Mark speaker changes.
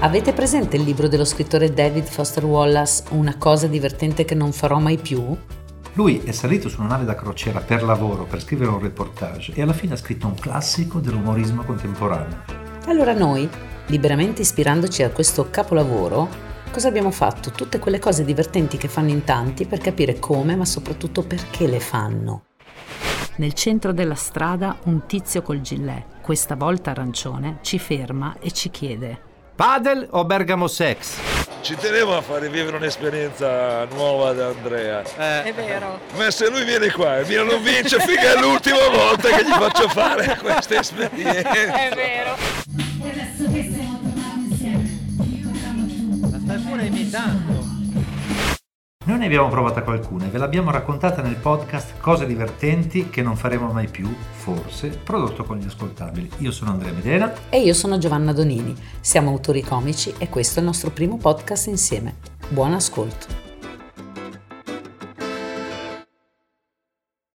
Speaker 1: Avete presente il libro dello scrittore David Foster Wallace, Una cosa divertente che non farò mai più?
Speaker 2: Lui è salito su una nave da crociera per lavoro per scrivere un reportage e alla fine ha scritto un classico dell'umorismo contemporaneo.
Speaker 1: Allora noi, liberamente ispirandoci a questo capolavoro, cosa abbiamo fatto? Tutte quelle cose divertenti che fanno in tanti per capire come, ma soprattutto perché le fanno. Nel centro della strada un tizio col gilet, questa volta arancione, ci ferma e ci chiede
Speaker 3: Padel o Bergamo Sex?
Speaker 4: Ci tenevo a fare vivere un'esperienza nuova ad Andrea.
Speaker 5: È vero.
Speaker 4: Ma se lui viene qua e Milo non vince, figa è l'ultima volta che gli faccio fare questa esperienza.
Speaker 5: È vero.
Speaker 6: E adesso che siamo tornati insieme, io amo tu. La stai pure
Speaker 2: Noi ne abbiamo provata qualcuna e ve l'abbiamo raccontata nel podcast Cose divertenti che non faremo mai più, forse, prodotto con gli ascoltabili. Io sono Andrea Medena.
Speaker 1: E io sono Giovanna Donini, siamo autori comici e questo è il nostro primo podcast insieme. Buon ascolto!